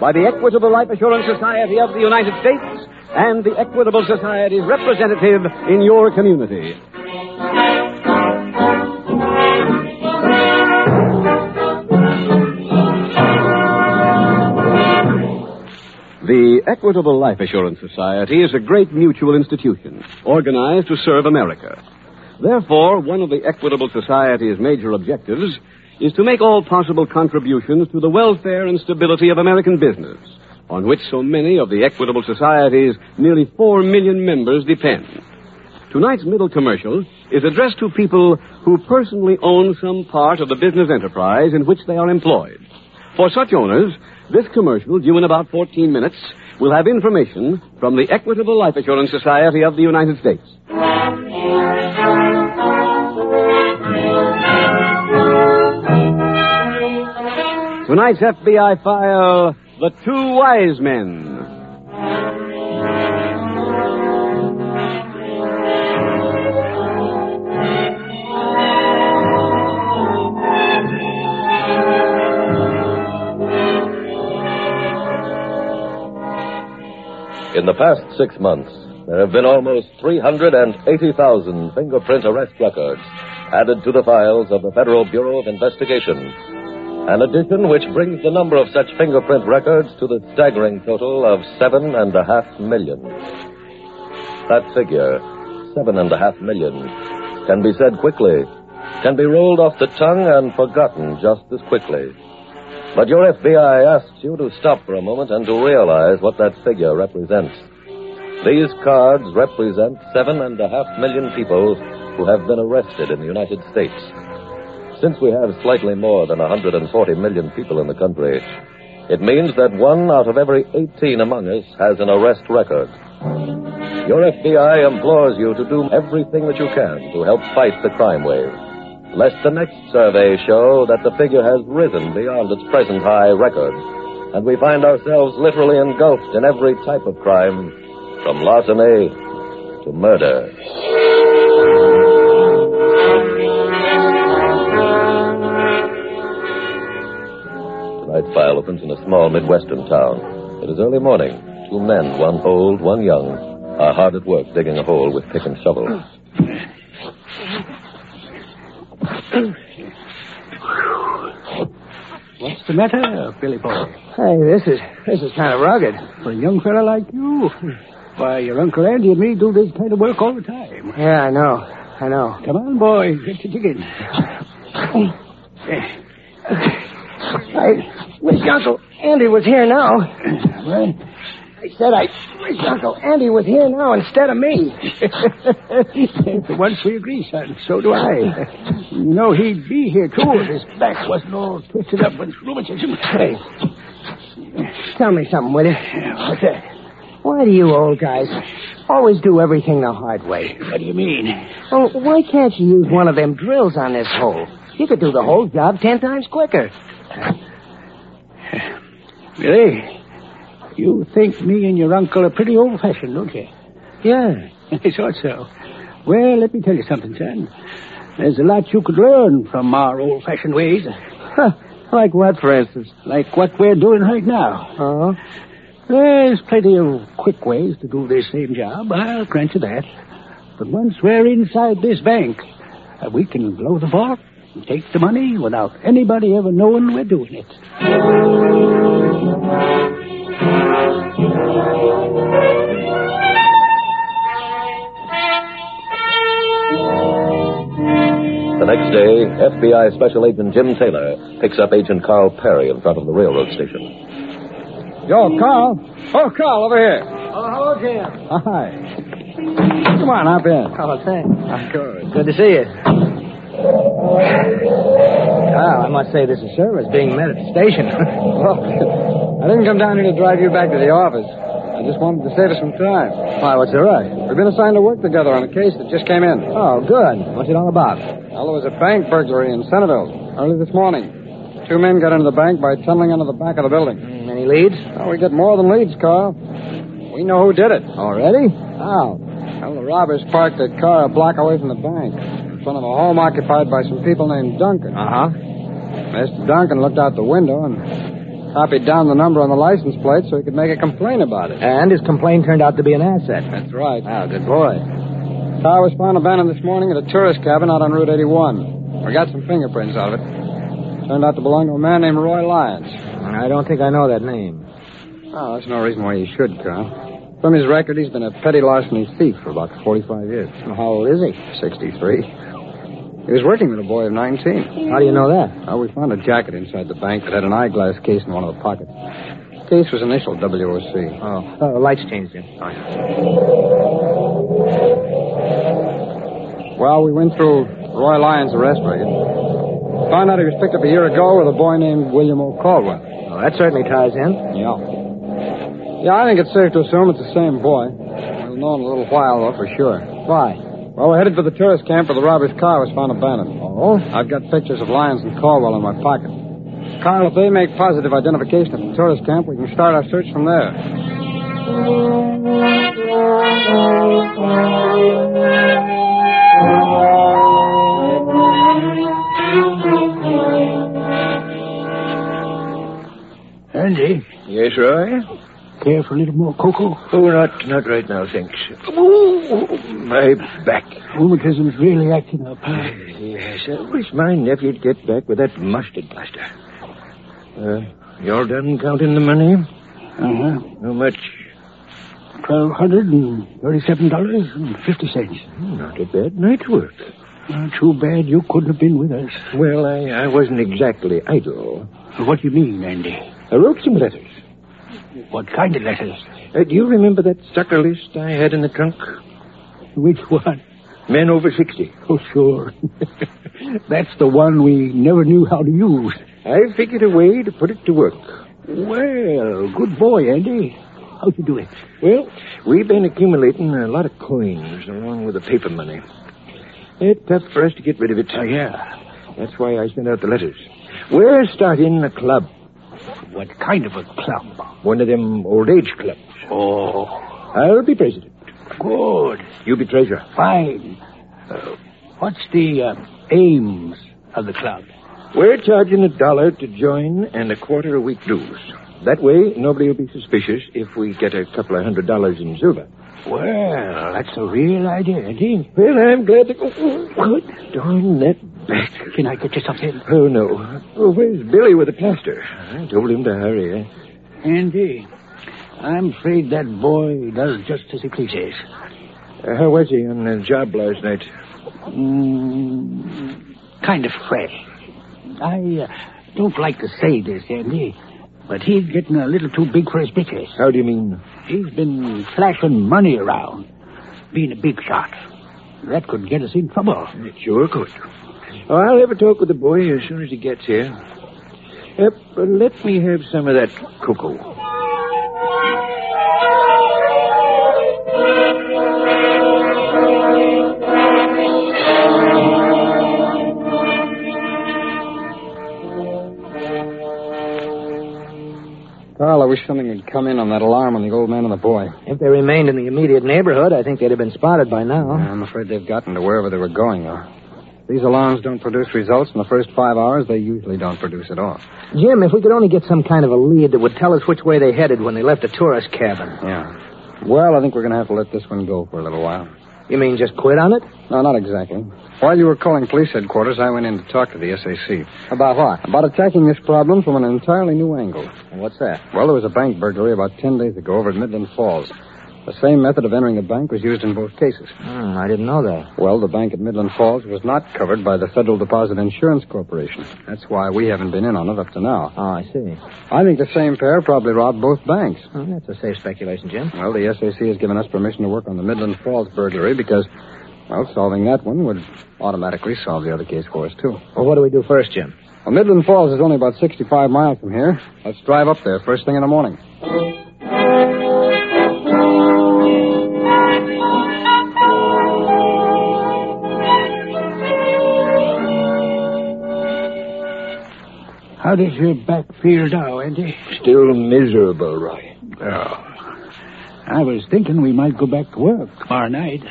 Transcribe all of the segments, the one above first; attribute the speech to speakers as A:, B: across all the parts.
A: by the Equitable Life Assurance Society of the United States and the Equitable Society's representative in your community. The Equitable Life Assurance Society is a great mutual institution organized to serve America. Therefore, one of the Equitable Society's major objectives is to make all possible contributions to the welfare and stability of American business, on which so many of the Equitable Society's nearly four million members depend. Tonight's middle commercial is addressed to people who personally own some part of the business enterprise in which they are employed. For such owners, this commercial, due in about 14 minutes, will have information from the Equitable Life Assurance Society of the United States. Tonight's FBI file The Two Wise Men.
B: In the past six months, there have been almost 380,000 fingerprint arrest records added to the files of the Federal Bureau of Investigation. An addition which brings the number of such fingerprint records to the staggering total of seven and a half million. That figure, seven and a half million, can be said quickly, can be rolled off the tongue and forgotten just as quickly. But your FBI asks you to stop for a moment and to realize what that figure represents. These cards represent seven and a half million people who have been arrested in the United States. Since we have slightly more than 140 million people in the country, it means that one out of every 18 among us has an arrest record. Your FBI implores you to do everything that you can to help fight the crime wave lest the next survey show that the figure has risen beyond its present high record, and we find ourselves literally engulfed in every type of crime, from larceny to murder. Tonight's file opens in a small Midwestern town. It is early morning. Two men, one old, one young, are hard at work digging a hole with pick and shovel.
C: What's the matter, Billy Boy?
D: Hey, this is this is kind of rugged.
C: For a young fella like you, why, your Uncle Andy and me do this kind of work all the time.
D: Yeah, I know. I know.
C: Come on, boy, get your digging.
D: I wish Uncle Andy was here now.
C: Well,
D: I said I wish Uncle Andy was here now instead of me.
C: for once we agree, son. So do I. You know he'd be here too if his back wasn't all twisted up with rheumatism.
D: Hey. Tell me something, will you?
C: What's that?
D: Why do you old guys always do everything the hard way?
C: What do you mean?
D: Well, why can't you use one of them drills on this hole? You could do the whole job ten times quicker.
C: Billy, you think me and your uncle are pretty old-fashioned, don't you?
D: Yeah.
C: I thought so. Well, let me tell you something, son. There's a lot you could learn from our old-fashioned ways,
D: Huh. Like what, for instance?
C: like what we're doing right now.
D: Oh.
C: There's plenty of quick ways to do this same job, I'll grant you that. But once we're inside this bank, uh, we can blow the vault and take the money without anybody ever knowing we're doing it.
B: The next day, FBI Special Agent Jim Taylor picks up Agent Carl Perry in front of the railroad station.
A: Yo, Carl. Oh, Carl, over here.
D: Oh, hello, Jim.
A: Hi. Come on, hop in.
D: Oh, thanks.
A: Good.
D: Good to see you. Well, I must say this is service being met at the station.
A: Well, I didn't come down here to drive you back to the office. I just wanted to save us some time. Why, what's the rush? We've been assigned to work together on a case that just came in. Oh, good. What's it all about? Well, there was a bank burglary in Centerville early this morning. Two men got into the bank by tunneling under the back of the building.
E: Any leads?
A: Oh, we got more than leads, Carl. We know who did it.
E: Already?
A: How? Well, the robbers parked their car a block away from the bank in front of a home occupied by some people named Duncan.
E: Uh huh.
A: Mr. Duncan looked out the window and copied down the number on the license plate so he could make a complaint about it.
E: And his complaint turned out to be an asset.
A: That's right.
E: Oh, good boy.
A: Car was found abandoned this morning at a tourist cabin out on Route 81. We got some fingerprints out of it. Turned out to belong to a man named Roy Lyons.
E: I don't think I know that name.
A: Oh, that's no reason why you should, Carl. From his record, he's been a petty larceny thief for about 45 years.
E: How old is he?
A: 63. He was working with a boy of 19.
E: How do you know that?
A: Uh, we found a jacket inside the bank that had an eyeglass case in one of the pockets. Case was initial WOC.
E: Oh, oh the lights changed him.
A: Well, we went through Roy Lyon's arrest record. Found out he was picked up a year ago with a boy named William O. Caldwell.
E: Oh, that certainly ties in.
A: Yeah. Yeah, I think it's safe to assume it's the same boy. We'll know in a little while, though, for sure.
E: Why?
A: Well, we're headed for the tourist camp where the robber's car was found abandoned.
E: Oh?
A: I've got pictures of Lyons and Caldwell in my pocket. Carl, if they make positive identification at the tourist camp, we can start our search from there.
C: Andy,
B: Yes, Roy?
C: care for a little more cocoa?
B: Oh, not, not right now, thanks. Ooh, my back.
C: Rheumatism's really acting up, huh?
B: Yes, I wish my nephew'd get back with that mustard plaster. Uh, you all done counting the money?
C: Uh-huh.
B: How much?
C: Twelve hundred and thirty-seven dollars and fifty cents.
B: Hmm, Not a bad night's work.
C: Not too bad you couldn't have been with us.
B: Well, I, I wasn't exactly idle.
C: What do you mean, Andy?
B: I wrote some letters.
C: What kind of letters?
B: Uh, do you remember that sucker list I had in the trunk?
C: Which one?
B: Men over 60.
C: Oh, sure. That's the one we never knew how to use.
B: I figured a way to put it to work.
C: Well, good boy, Andy. How'd you do it?
B: Well, we've been accumulating a lot of coins along with the paper money. It's tough for us to get rid of it. Oh, yeah. That's why I sent out the letters. We're starting a club,
C: What kind of a club?
B: one of them old age clubs.
C: Oh,
B: I'll be president.
C: good.
B: You be treasurer.
C: Fine. Uh, what's the uh, aims of the club?
B: We're charging a dollar to join and a quarter a week dues. That way, nobody will be suspicious if we get a couple of hundred dollars in silver.
C: Well, that's a real idea, Andy.
B: Well, I'm glad to. Oh, good darn that back.
C: Can I get you something?
B: Oh, no. Oh, where's Billy with the plaster? I told him to hurry. eh?
C: Andy, I'm afraid that boy does just as he pleases.
B: Uh, how was he on the job last night?
C: Mm, kind of fresh. I uh, don't like to say this, Andy, but he's getting a little too big for his britches.
B: How do you mean?
C: He's been flashing money around, being a big shot. That could get us in trouble.
B: Sure could. Oh, I'll have a talk with the boy as soon as he gets here. Uh, but let me have some of that cocoa.
A: Carl, I wish something had come in on that alarm on the old man and the boy.
E: If they remained in the immediate neighborhood, I think they'd have been spotted by now.
A: I'm afraid they've gotten to wherever they were going, though. These alarms don't produce results in the first five hours. They usually don't produce at all.
E: Jim, if we could only get some kind of a lead that would tell us which way they headed when they left the tourist cabin.
A: Yeah. Well, I think we're going to have to let this one go for a little while.
E: You mean just quit on it?
A: No, not exactly. While you were calling police headquarters, I went in to talk to the SAC.
E: About what?
A: About attacking this problem from an entirely new angle.
E: What's that?
A: Well, there was a bank burglary about ten days ago over at Midland Falls. The same method of entering a bank was used in both cases.
E: Hmm, I didn't know that.
A: Well, the bank at Midland Falls was not covered by the Federal Deposit Insurance Corporation. That's why we haven't been in on it up to now.
E: Oh, I see.
A: I think the same pair probably robbed both banks.
E: Well, that's a safe speculation, Jim.
A: Well, the SAC has given us permission to work on the Midland Falls burglary because, well, solving that one would automatically solve the other case for us, too.
E: Well, what do we do first, Jim?
F: Well, Midland Falls is only about 65 miles from here. Let's drive up there first thing in the morning.
C: How does your back feel now, Andy?
B: Still miserable, Roy.
C: Oh. I was thinking we might go back to work tomorrow night.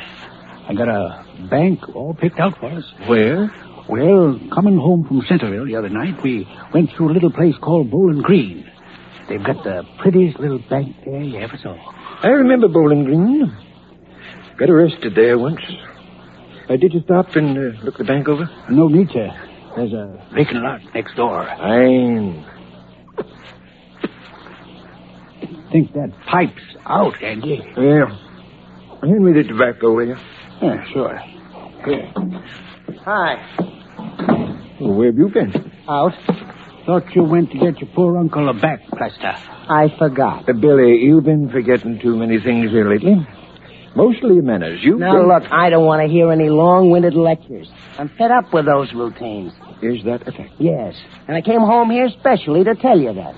C: I got a bank all picked out for us.
B: Where?
C: Well, coming home from Centerville the other night, we went through a little place called Bowling Green. They've got the prettiest little bank there you ever saw.
B: I remember Bowling Green. Got arrested there once. Uh, did you stop and uh, look the bank over?
C: No need to. There's a vacant lot next door.
B: Fine.
C: think that pipe's out, Andy.
B: Well, hand me the tobacco, will you?
C: Yeah, sure.
G: Hi.
B: Where have you been?
G: Out.
C: Thought you went to get your poor uncle a back plaster.
G: I forgot.
B: Uh, Billy, you've been forgetting too many things here lately. Mostly manners. You
G: Now, look, I don't want to hear any long-winded lectures. I'm fed up with those routines.
B: Is that a fact?
G: Yes. And I came home here specially to tell you that.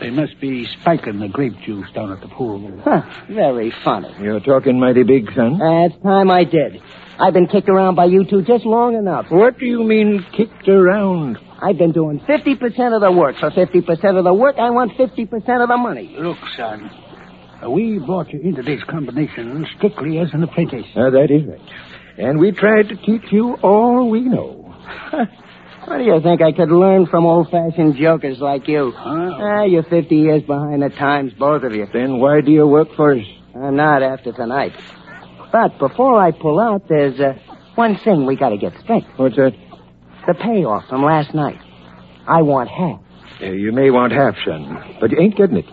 C: They must be spiking the grape juice down at the pool.
G: Huh. Very funny.
B: You're talking mighty big, son.
G: Uh, it's time I did. I've been kicked around by you two just long enough.
B: What do you mean kicked around?
G: I've been doing 50% of the work. For 50% of the work, I want 50% of the money.
C: Look, son, uh, we brought you into this combination strictly as an apprentice.
B: Now, Ah, that is right. And we tried to teach you all we know.
G: What do you think I could learn from old-fashioned jokers like you?
C: Oh.
G: Ah, you're 50 years behind the times, both of you.
B: Then why do you work for us?
G: I'm not after tonight. But before I pull out, there's uh, one thing we got to get straight.
B: What's that?
G: The payoff from last night. I want half.
B: Uh, you may want half, son, but you ain't getting it.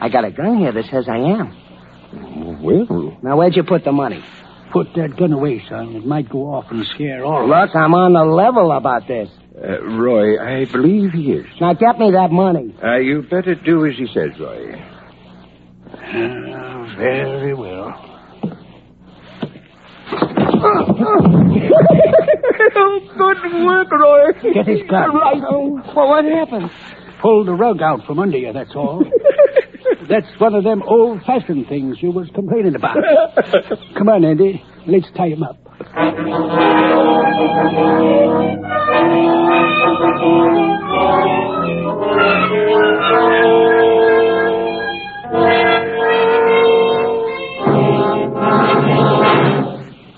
G: I got a gun here that says I am.
B: Well,
G: Now, where'd you put the money?
C: Put that gun away, son. It might go off and scare all of us.
G: Look, I'm on the level about this.
B: uh, Roy, I believe he is.
G: Now, get me that money.
B: Uh, you better do as he says, Roy.
C: Ah, very well.
B: Good work, Roy.
C: Get his gun.
G: Well, what happened?
C: Pull the rug out from under you, that's all. that's one of them old-fashioned things you was complaining about. Come on, Andy. Let's tie him up.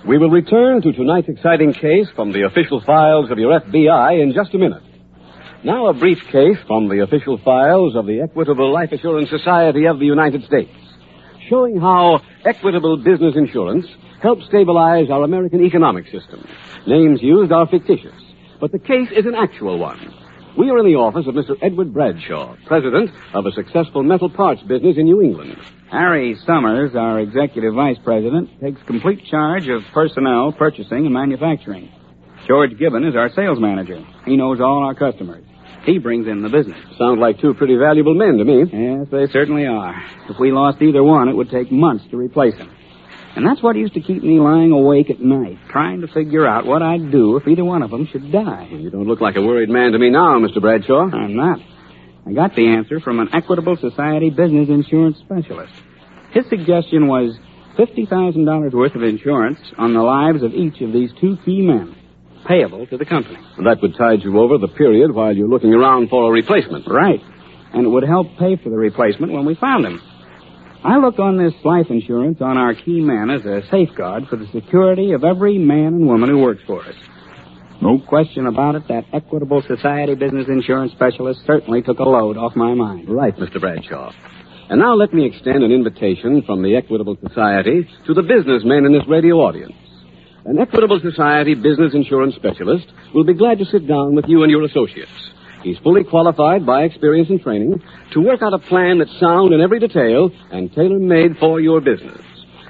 A: We will return to tonight's exciting case from the official files of your FBI in just a minute. Now, a brief case from the official files of the Equitable Life Assurance Society of the United States, showing how equitable business insurance helps stabilize our American economic system. Names used are fictitious, but the case is an actual one. We are in the office of Mr. Edward Bradshaw, president of a successful metal parts business in New England.
H: Harry Summers, our executive vice president, takes complete charge of personnel, purchasing, and manufacturing. George Gibbon is our sales manager. He knows all our customers. He brings in the business.
A: Sound like two pretty valuable men to me.
H: Yes, they certainly are. If we lost either one, it would take months to replace him. And that's what used to keep me lying awake at night, trying to figure out what I'd do if either one of them should die.
A: You don't look like a worried man to me now, Mr. Bradshaw.
H: I'm not. I got the answer from an Equitable Society business insurance specialist. His suggestion was $50,000 worth of insurance on the lives of each of these two key men, payable to the company.
A: That would tide you over the period while you're looking around for a replacement.
H: Right. And it would help pay for the replacement when we found him. I look on this life insurance on our key man as a safeguard for the security of every man and woman who works for us. No question about it, that Equitable Society business insurance specialist certainly took a load off my mind.
A: Right, Mr. Bradshaw. And now let me extend an invitation from the Equitable Society to the businessmen in this radio audience. An Equitable Society business insurance specialist will be glad to sit down with you and your associates. He's fully qualified by experience and training to work out a plan that's sound in every detail and tailor-made for your business.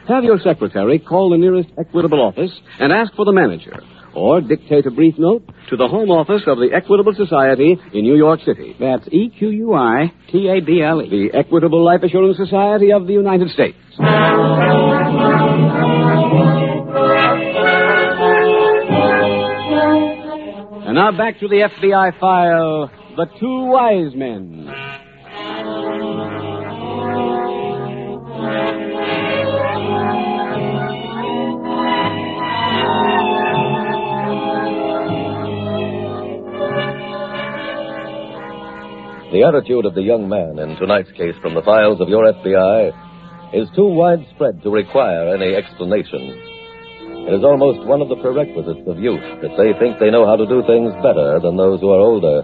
A: Have your secretary call the nearest Equitable office and ask for the manager, or dictate a brief note to the home office of the Equitable Society in New York City.
H: That's E Q U I T A B L E.
A: the Equitable Life Assurance Society of the United States.
I: And now back to the FBI file The Two Wise Men.
A: The attitude of the young man in tonight's case from the files of your FBI is too widespread to require any explanation. It is almost one of the prerequisites of youth that they think they know how to do things better than those who are older.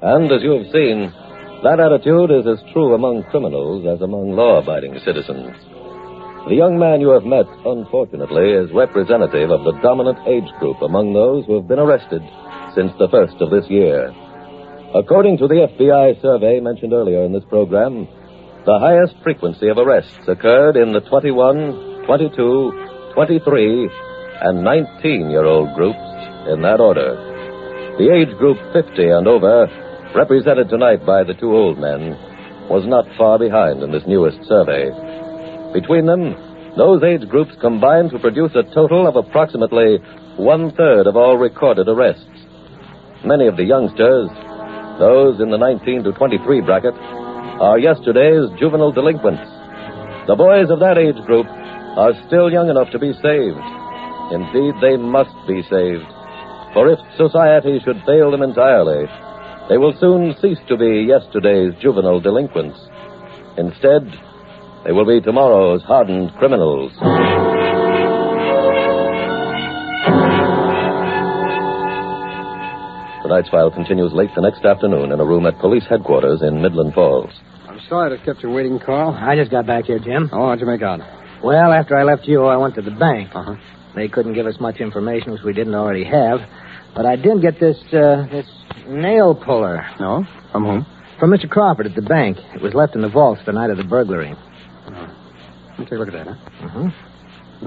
A: And as you have seen, that attitude is as true among criminals as among law abiding citizens. The young man you have met, unfortunately, is representative of the dominant age group among those who have been arrested since the first of this year. According to the FBI survey mentioned earlier in this program, the highest frequency of arrests occurred in the 21, 22, 23, and 19 year old groups in that order. The age group 50 and over, represented tonight by the two old men, was not far behind in this newest survey. Between them, those age groups combined to produce a total of approximately one third of all recorded arrests. Many of the youngsters, those in the 19 to 23 bracket, are yesterday's juvenile delinquents. The boys of that age group are still young enough to be saved. Indeed, they must be saved. For if society should fail them entirely, they will soon cease to be yesterday's juvenile delinquents. Instead, they will be tomorrow's hardened criminals. Tonight's file continues late the next afternoon in a room at police headquarters in Midland Falls.
F: I'm sorry to have kept you waiting, Carl.
G: I just got back here, Jim.
F: How long did you make out?
G: Well, after I left you, I went to the bank.
F: Uh-huh.
G: They couldn't give us much information which we didn't already have, but I did get this uh, this nail puller
F: No? From whom?
G: from Mr. Crawford at the bank. It was left in the vaults the night of the burglary.
F: Let me take a look at that, huh?
G: hmm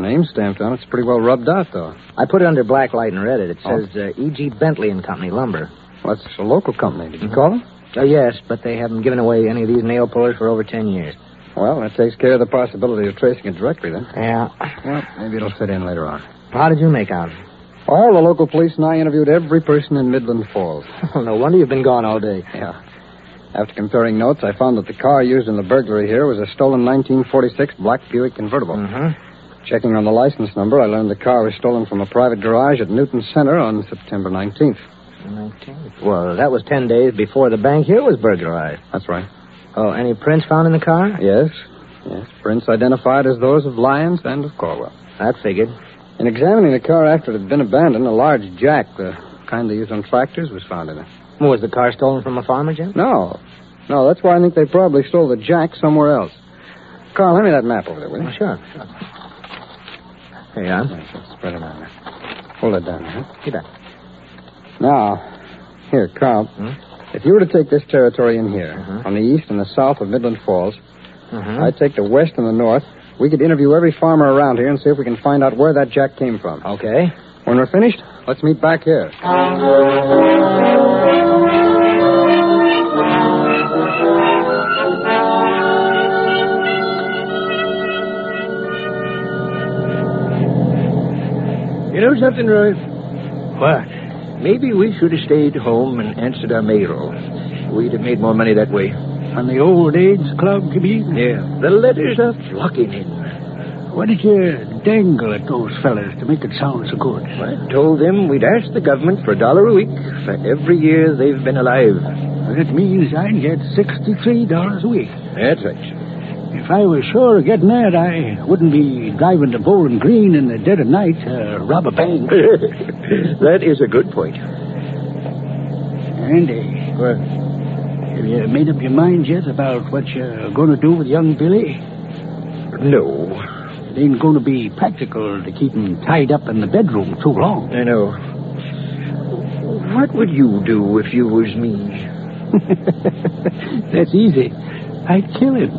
F: Name stamped on it's pretty well rubbed out, though.
G: I put it under black light and read it. It
F: Oh.
G: says uh, E.G. Bentley and Company Lumber.
F: Well, that's a local company. Did you
G: Mhm.
F: call them?
G: Oh, yes, but they haven't given away any of these nail pullers for over ten years.
F: Well, that takes care of the possibility of tracing it directly, then.
G: Yeah.
F: Well, maybe it'll fit in later on.
G: How did you make out?
F: All the local police and I interviewed every person in Midland Falls.
G: Oh, no wonder you've been gone all day.
F: Yeah. After comparing notes, I found that the car used in the burglary here was a stolen 1946 black Buick convertible.
G: Mm-hmm.
F: Checking on the license number, I learned the car was stolen from a private garage at Newton Center on September 19th.
G: Well, that was ten days before the bank here was burglarized.
F: That's right.
G: Oh, any prints found in the car?
F: Yes. Yes. Prints identified as those of Lyons and of Corwell.
G: That figured.
F: In examining the car after it had been abandoned, a large jack, the kind they use on tractors, was found in it.
G: Was the car stolen from a farmer, Jim?
F: No. No, Oh, that's why I think they probably stole the jack somewhere else. Carl, hand me that map over there, will you?
G: sure. Here you are.
F: Spread it out there. Hold it down, huh?
G: Get that.
F: Now, here, Carl.
G: Hmm?
F: If you were to take this territory in here,
G: Uh-huh.
F: on the east and the south of Midland Falls,
G: Uh-huh.
F: I'd take the west and the north. We could interview every farmer around here and see if we can find out where that jack came from.
G: Okay.
F: When we're finished, let's meet back here.
B: You know something, Roy? What? Maybe we should have stayed home and answered our mail. We'd have made more money that way.
C: On the old AIDS club, you mean?
B: Yeah. The letters are flocking in.
C: Why did you dangle at those fellas to make it sound so good?
B: I told them we'd ask the government for a dollar a week for every year they've been alive.
C: That means I'd get $63 a week.
B: That's right.
C: If I were sure of getting that, I wouldn't be driving to Bowling Green in the dead of night to rob a bank.
B: that is a good point.
C: Andy,
B: Well,
C: have you made up your mind yet about what you're going to do with young Billy?
B: no.
C: It ain't going to be practical to keep him tied up in the bedroom too long.
B: I know. What would you do if you was me?
C: That's easy. I'd kill him.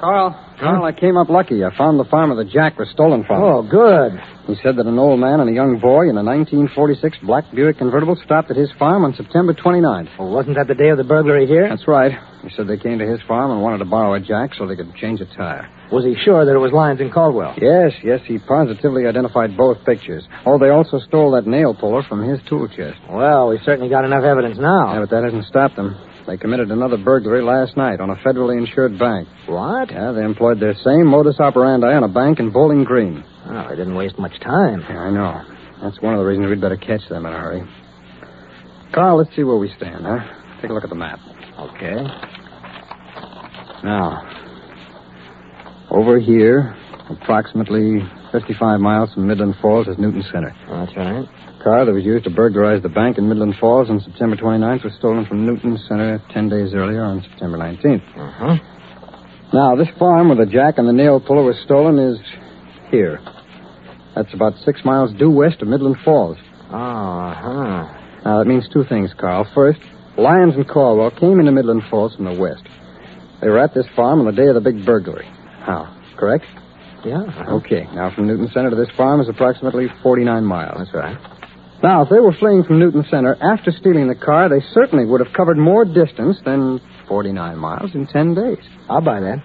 F: Carl, Carl, I
B: came up lucky. I found the farmer the jack was stolen from.
J: Oh, good.
B: He said that an old man and a young boy in a 1946 black Buick convertible stopped at his farm on September 29th.
J: Well, wasn't that the day of the burglary here?
B: That's right. He said they came to his farm and wanted to borrow a jack so they could change a tire.
J: Was he sure that it was Lyons and Caldwell?
B: Yes, yes, he positively identified both pictures. Oh, they also stole that nail puller from his tool chest.
J: Well, we've certainly got enough evidence
B: Yeah,
J: now.
B: but that hasn't stopped them. They committed another burglary last night on a federally insured bank.
J: What?
B: Yeah, they employed their same modus operandi on a bank in Bowling Green.
J: Well, they didn't waste much time.
B: Yeah, I know. That's one of the reasons we'd better catch them in a hurry. Carl, let's see where we stand, huh? Take a look at the map.
J: Okay.
B: Now, over here, approximately 55 miles from Midland Falls is Newton Center.
J: That's right.
B: The car that was used to burglarize the bank in Midland Falls on September 29th was stolen from Newton Center 10 days earlier on September 19th.
J: Uh-huh.
B: Now, this farm where the jack and the nail puller was stolen is here. That's about six miles due west of Midland Falls.
J: Oh, uh-huh.
B: Now, that means two things, Carl. First, Lyons and Caldwell came into Midland Falls from the west. They were at this farm on the day of the big burglary. How? Correct?
J: Yeah.
B: Okay. Now, from Newton Center to this farm is approximately 49 miles.
J: That's right.
B: Now, if they were fleeing from Newton Center after stealing the car, they certainly would have covered more distance than 49 miles in 10 days.
J: I'll buy that.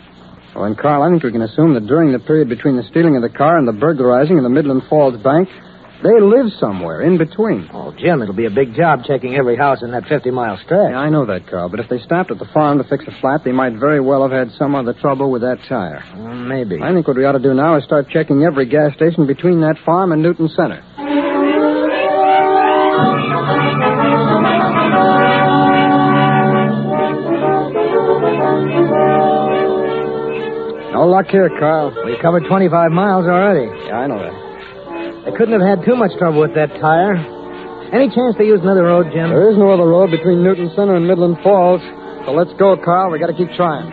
B: Well, then, Carl, I think we can assume that during the period between the stealing of the car and the burglarizing of the Midland Falls Bank, they lived somewhere in between.
J: Oh, Jim, it'll be a big job checking every house in that 50-mile stretch.
B: Yeah, I know that, Carl, but if they stopped at the farm to fix a flat, they might very well have had some other trouble with that tire.
J: Uh, maybe.
B: I think what we ought to do now is start checking every gas station between that farm and Newton Center. No luck here, Carl.
J: We covered 25 miles already.
B: Yeah, I know that.
J: They couldn't have had too much trouble with that tire. Any chance they used another road, Jim?
B: There is no other road between Newton Center and Midland Falls. So let's go, Carl. We gotta keep trying.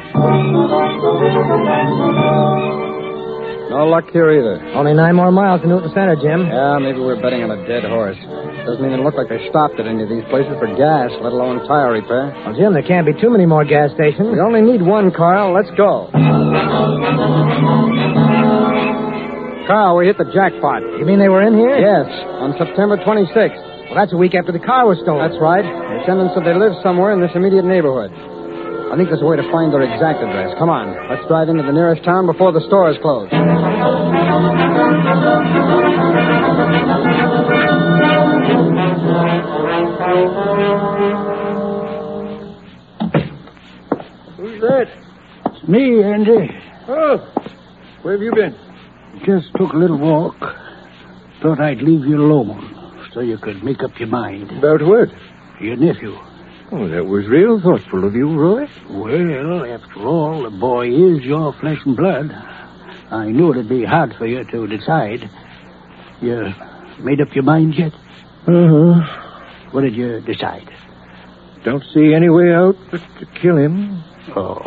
B: No luck here either.
J: Only nine more miles to Newton Center, Jim.
B: Yeah, maybe we're betting on a dead horse. Doesn't even look like they stopped at any of these places for gas, let alone tire repair.
J: Well, Jim, there can't be too many more gas stations.
B: We only need one, Carl. Let's go. Carl, we hit the jackpot.
J: You mean they were in here?
B: Yes, on September 26th.
J: Well, that's a week after the car was stolen.
B: That's right. The descendants said they live somewhere in this immediate neighborhood. I think there's a way to find their exact address. Come on, let's drive into the nearest town before the store is closed.
F: Who's that?
C: It's me, Andy.
F: Oh, where have you been?
C: Just took a little walk. Thought I'd leave you alone so you could make up your mind.
F: About what?
C: Your nephew.
F: Oh, that was real thoughtful of you, Roy.
C: Well, after all, the boy is your flesh and blood. I knew it'd be hard for you to decide. You made up your mind yet?
F: Uh-huh.
C: What did you decide?
F: Don't see any way out but to kill him.
C: Oh.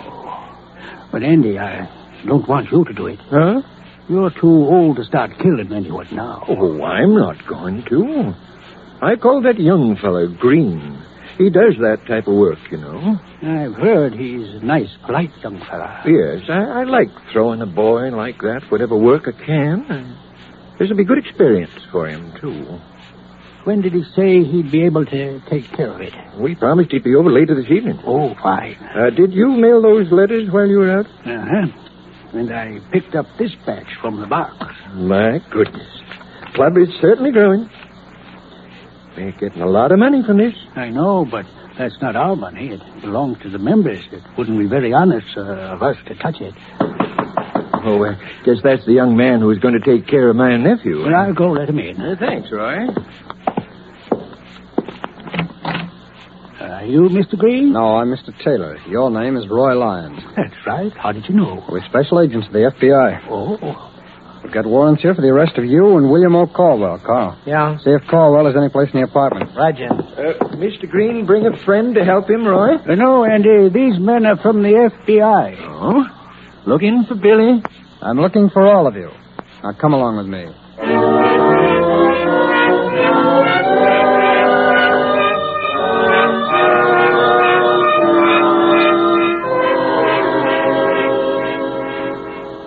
C: But, Andy, I don't want you to do it.
F: Huh?
C: You're too old to start killing anyone now.
F: Oh, I'm not going to. I call that young fellow Green. He does that type of work, you know.
C: I've heard he's a nice, polite young fella.
F: Yes, I, I like throwing a boy like that, whatever work I can. This'll be good experience for him, too.
C: When did he say he'd be able to take care of it?
F: We promised he'd be over later this evening.
C: Oh, fine.
F: Uh, did you mail those letters while you were out?
C: Uh-huh. And I picked up this batch from the box.
F: My goodness. Club is certainly growing. They're getting a lot of money from this.
C: I know, but that's not our money. It belongs to the members. It wouldn't be very honest uh, of us to touch it.
F: Oh, I guess that's the young man who was going to take care of my nephew.
C: Well, I'll go let him in. Uh,
F: Thanks, Roy.
C: Are Uh, you Mr. Green?
B: No, I'm Mr. Taylor. Your name is Roy Lyons.
C: That's right. How did you know?
B: We're special agents of the FBI.
C: Oh,
B: We've got warrants here for the arrest of you and William O. Caldwell, Carl.
J: Yeah.
B: See if Caldwell is any place in the apartment.
J: Right, Jim.
F: Uh, Mr. Green, bring a friend to help him, Roy.
C: Uh, no, Andy. These men are from the FBI.
F: Oh? Looking for Billy?
B: I'm looking for all of you. Now come along with me.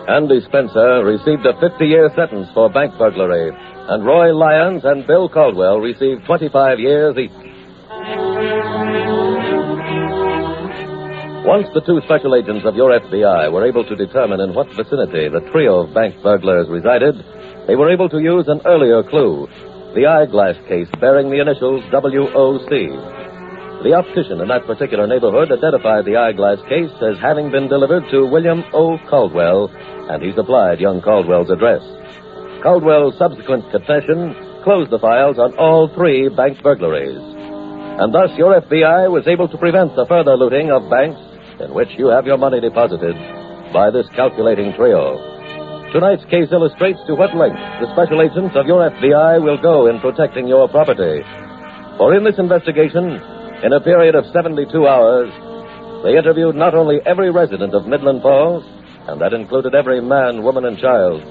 K: Andy Spencer received a 50 year sentence for bank burglary, and Roy Lyons and Bill Caldwell received 25 years each. Once the two special agents of your FBI were able to determine in what vicinity the trio of bank burglars resided, they were able to use an earlier clue the eyeglass case bearing the initials WOC. The optician in that particular neighborhood identified the eyeglass case as having been delivered to William O. Caldwell, and he supplied young Caldwell's address. Caldwell's subsequent confession closed the files on all three bank burglaries. And thus, your FBI was able to prevent the further looting of banks in which you have your money deposited by this calculating trio. Tonight's case illustrates to what length the special agents of your FBI will go in protecting your property. For in this investigation, in a period of 72 hours, they interviewed not only every resident of Midland Falls, and that included every man, woman, and child,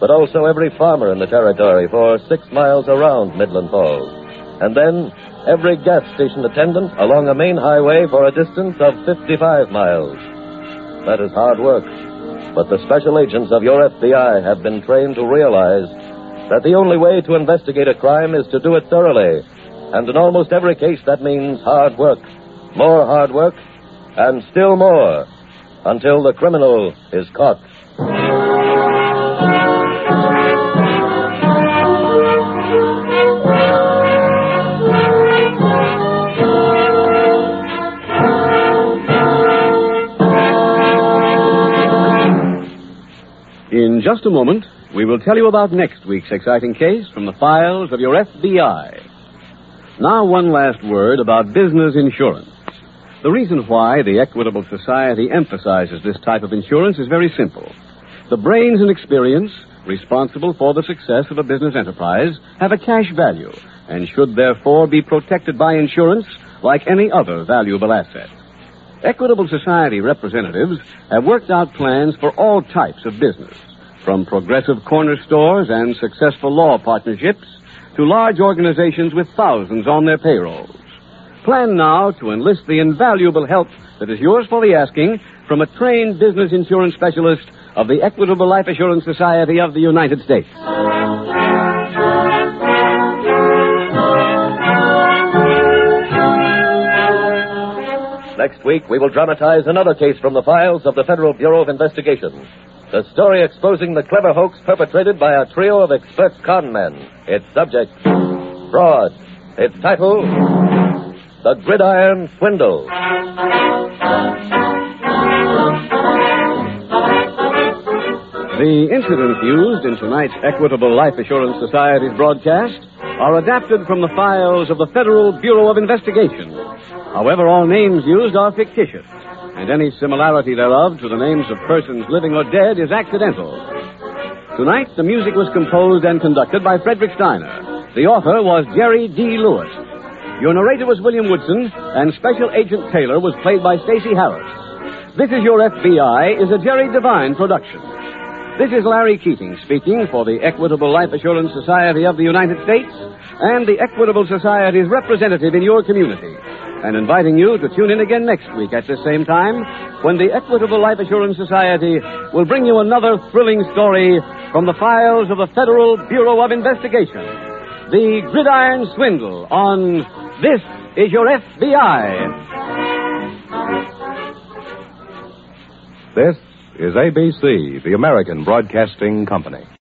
K: but also every farmer in the territory for six miles around Midland Falls, and then every gas station attendant along a main highway for a distance of 55 miles. That is hard work, but the special agents of your FBI have been trained to realize that the only way to investigate a crime is to do it thoroughly. And in almost every case, that means hard work, more hard work, and still more, until the criminal is caught.
A: In just a moment, we will tell you about next week's exciting case from the files of your FBI. Now, one last word about business insurance. The reason why the Equitable Society emphasizes this type of insurance is very simple. The brains and experience responsible for the success of a business enterprise have a cash value and should therefore be protected by insurance like any other valuable asset. Equitable Society representatives have worked out plans for all types of business, from progressive corner stores and successful law partnerships to large organizations with thousands on their payrolls. Plan now to enlist the invaluable help that is yours for the asking from a trained business insurance specialist of the Equitable Life Assurance Society of the United States.
K: Next week, we will dramatize another case from the files of the Federal Bureau of Investigation. The story exposing the clever hoax perpetrated by a trio of expert con men. Its subject, fraud. Its title, The Gridiron Swindle.
A: The incidents used in tonight's Equitable Life Assurance Society's broadcast are adapted from the files of the Federal Bureau of Investigation. However, all names used are fictitious, and any similarity thereof to the names of persons living or dead is accidental. Tonight, the music was composed and conducted by Frederick Steiner. The author was Jerry D. Lewis. Your narrator was William Woodson, and Special Agent Taylor was played by Stacey Harris. This is Your FBI is a Jerry Devine production. This is Larry Keating speaking for the Equitable Life Assurance Society of the United States and the Equitable Society's representative in your community, and inviting you to tune in again next week at the same time when the Equitable Life Assurance Society will bring you another thrilling story from the files of the Federal Bureau of Investigation The Gridiron Swindle on This Is Your FBI.
L: This is ABC, the American Broadcasting Company.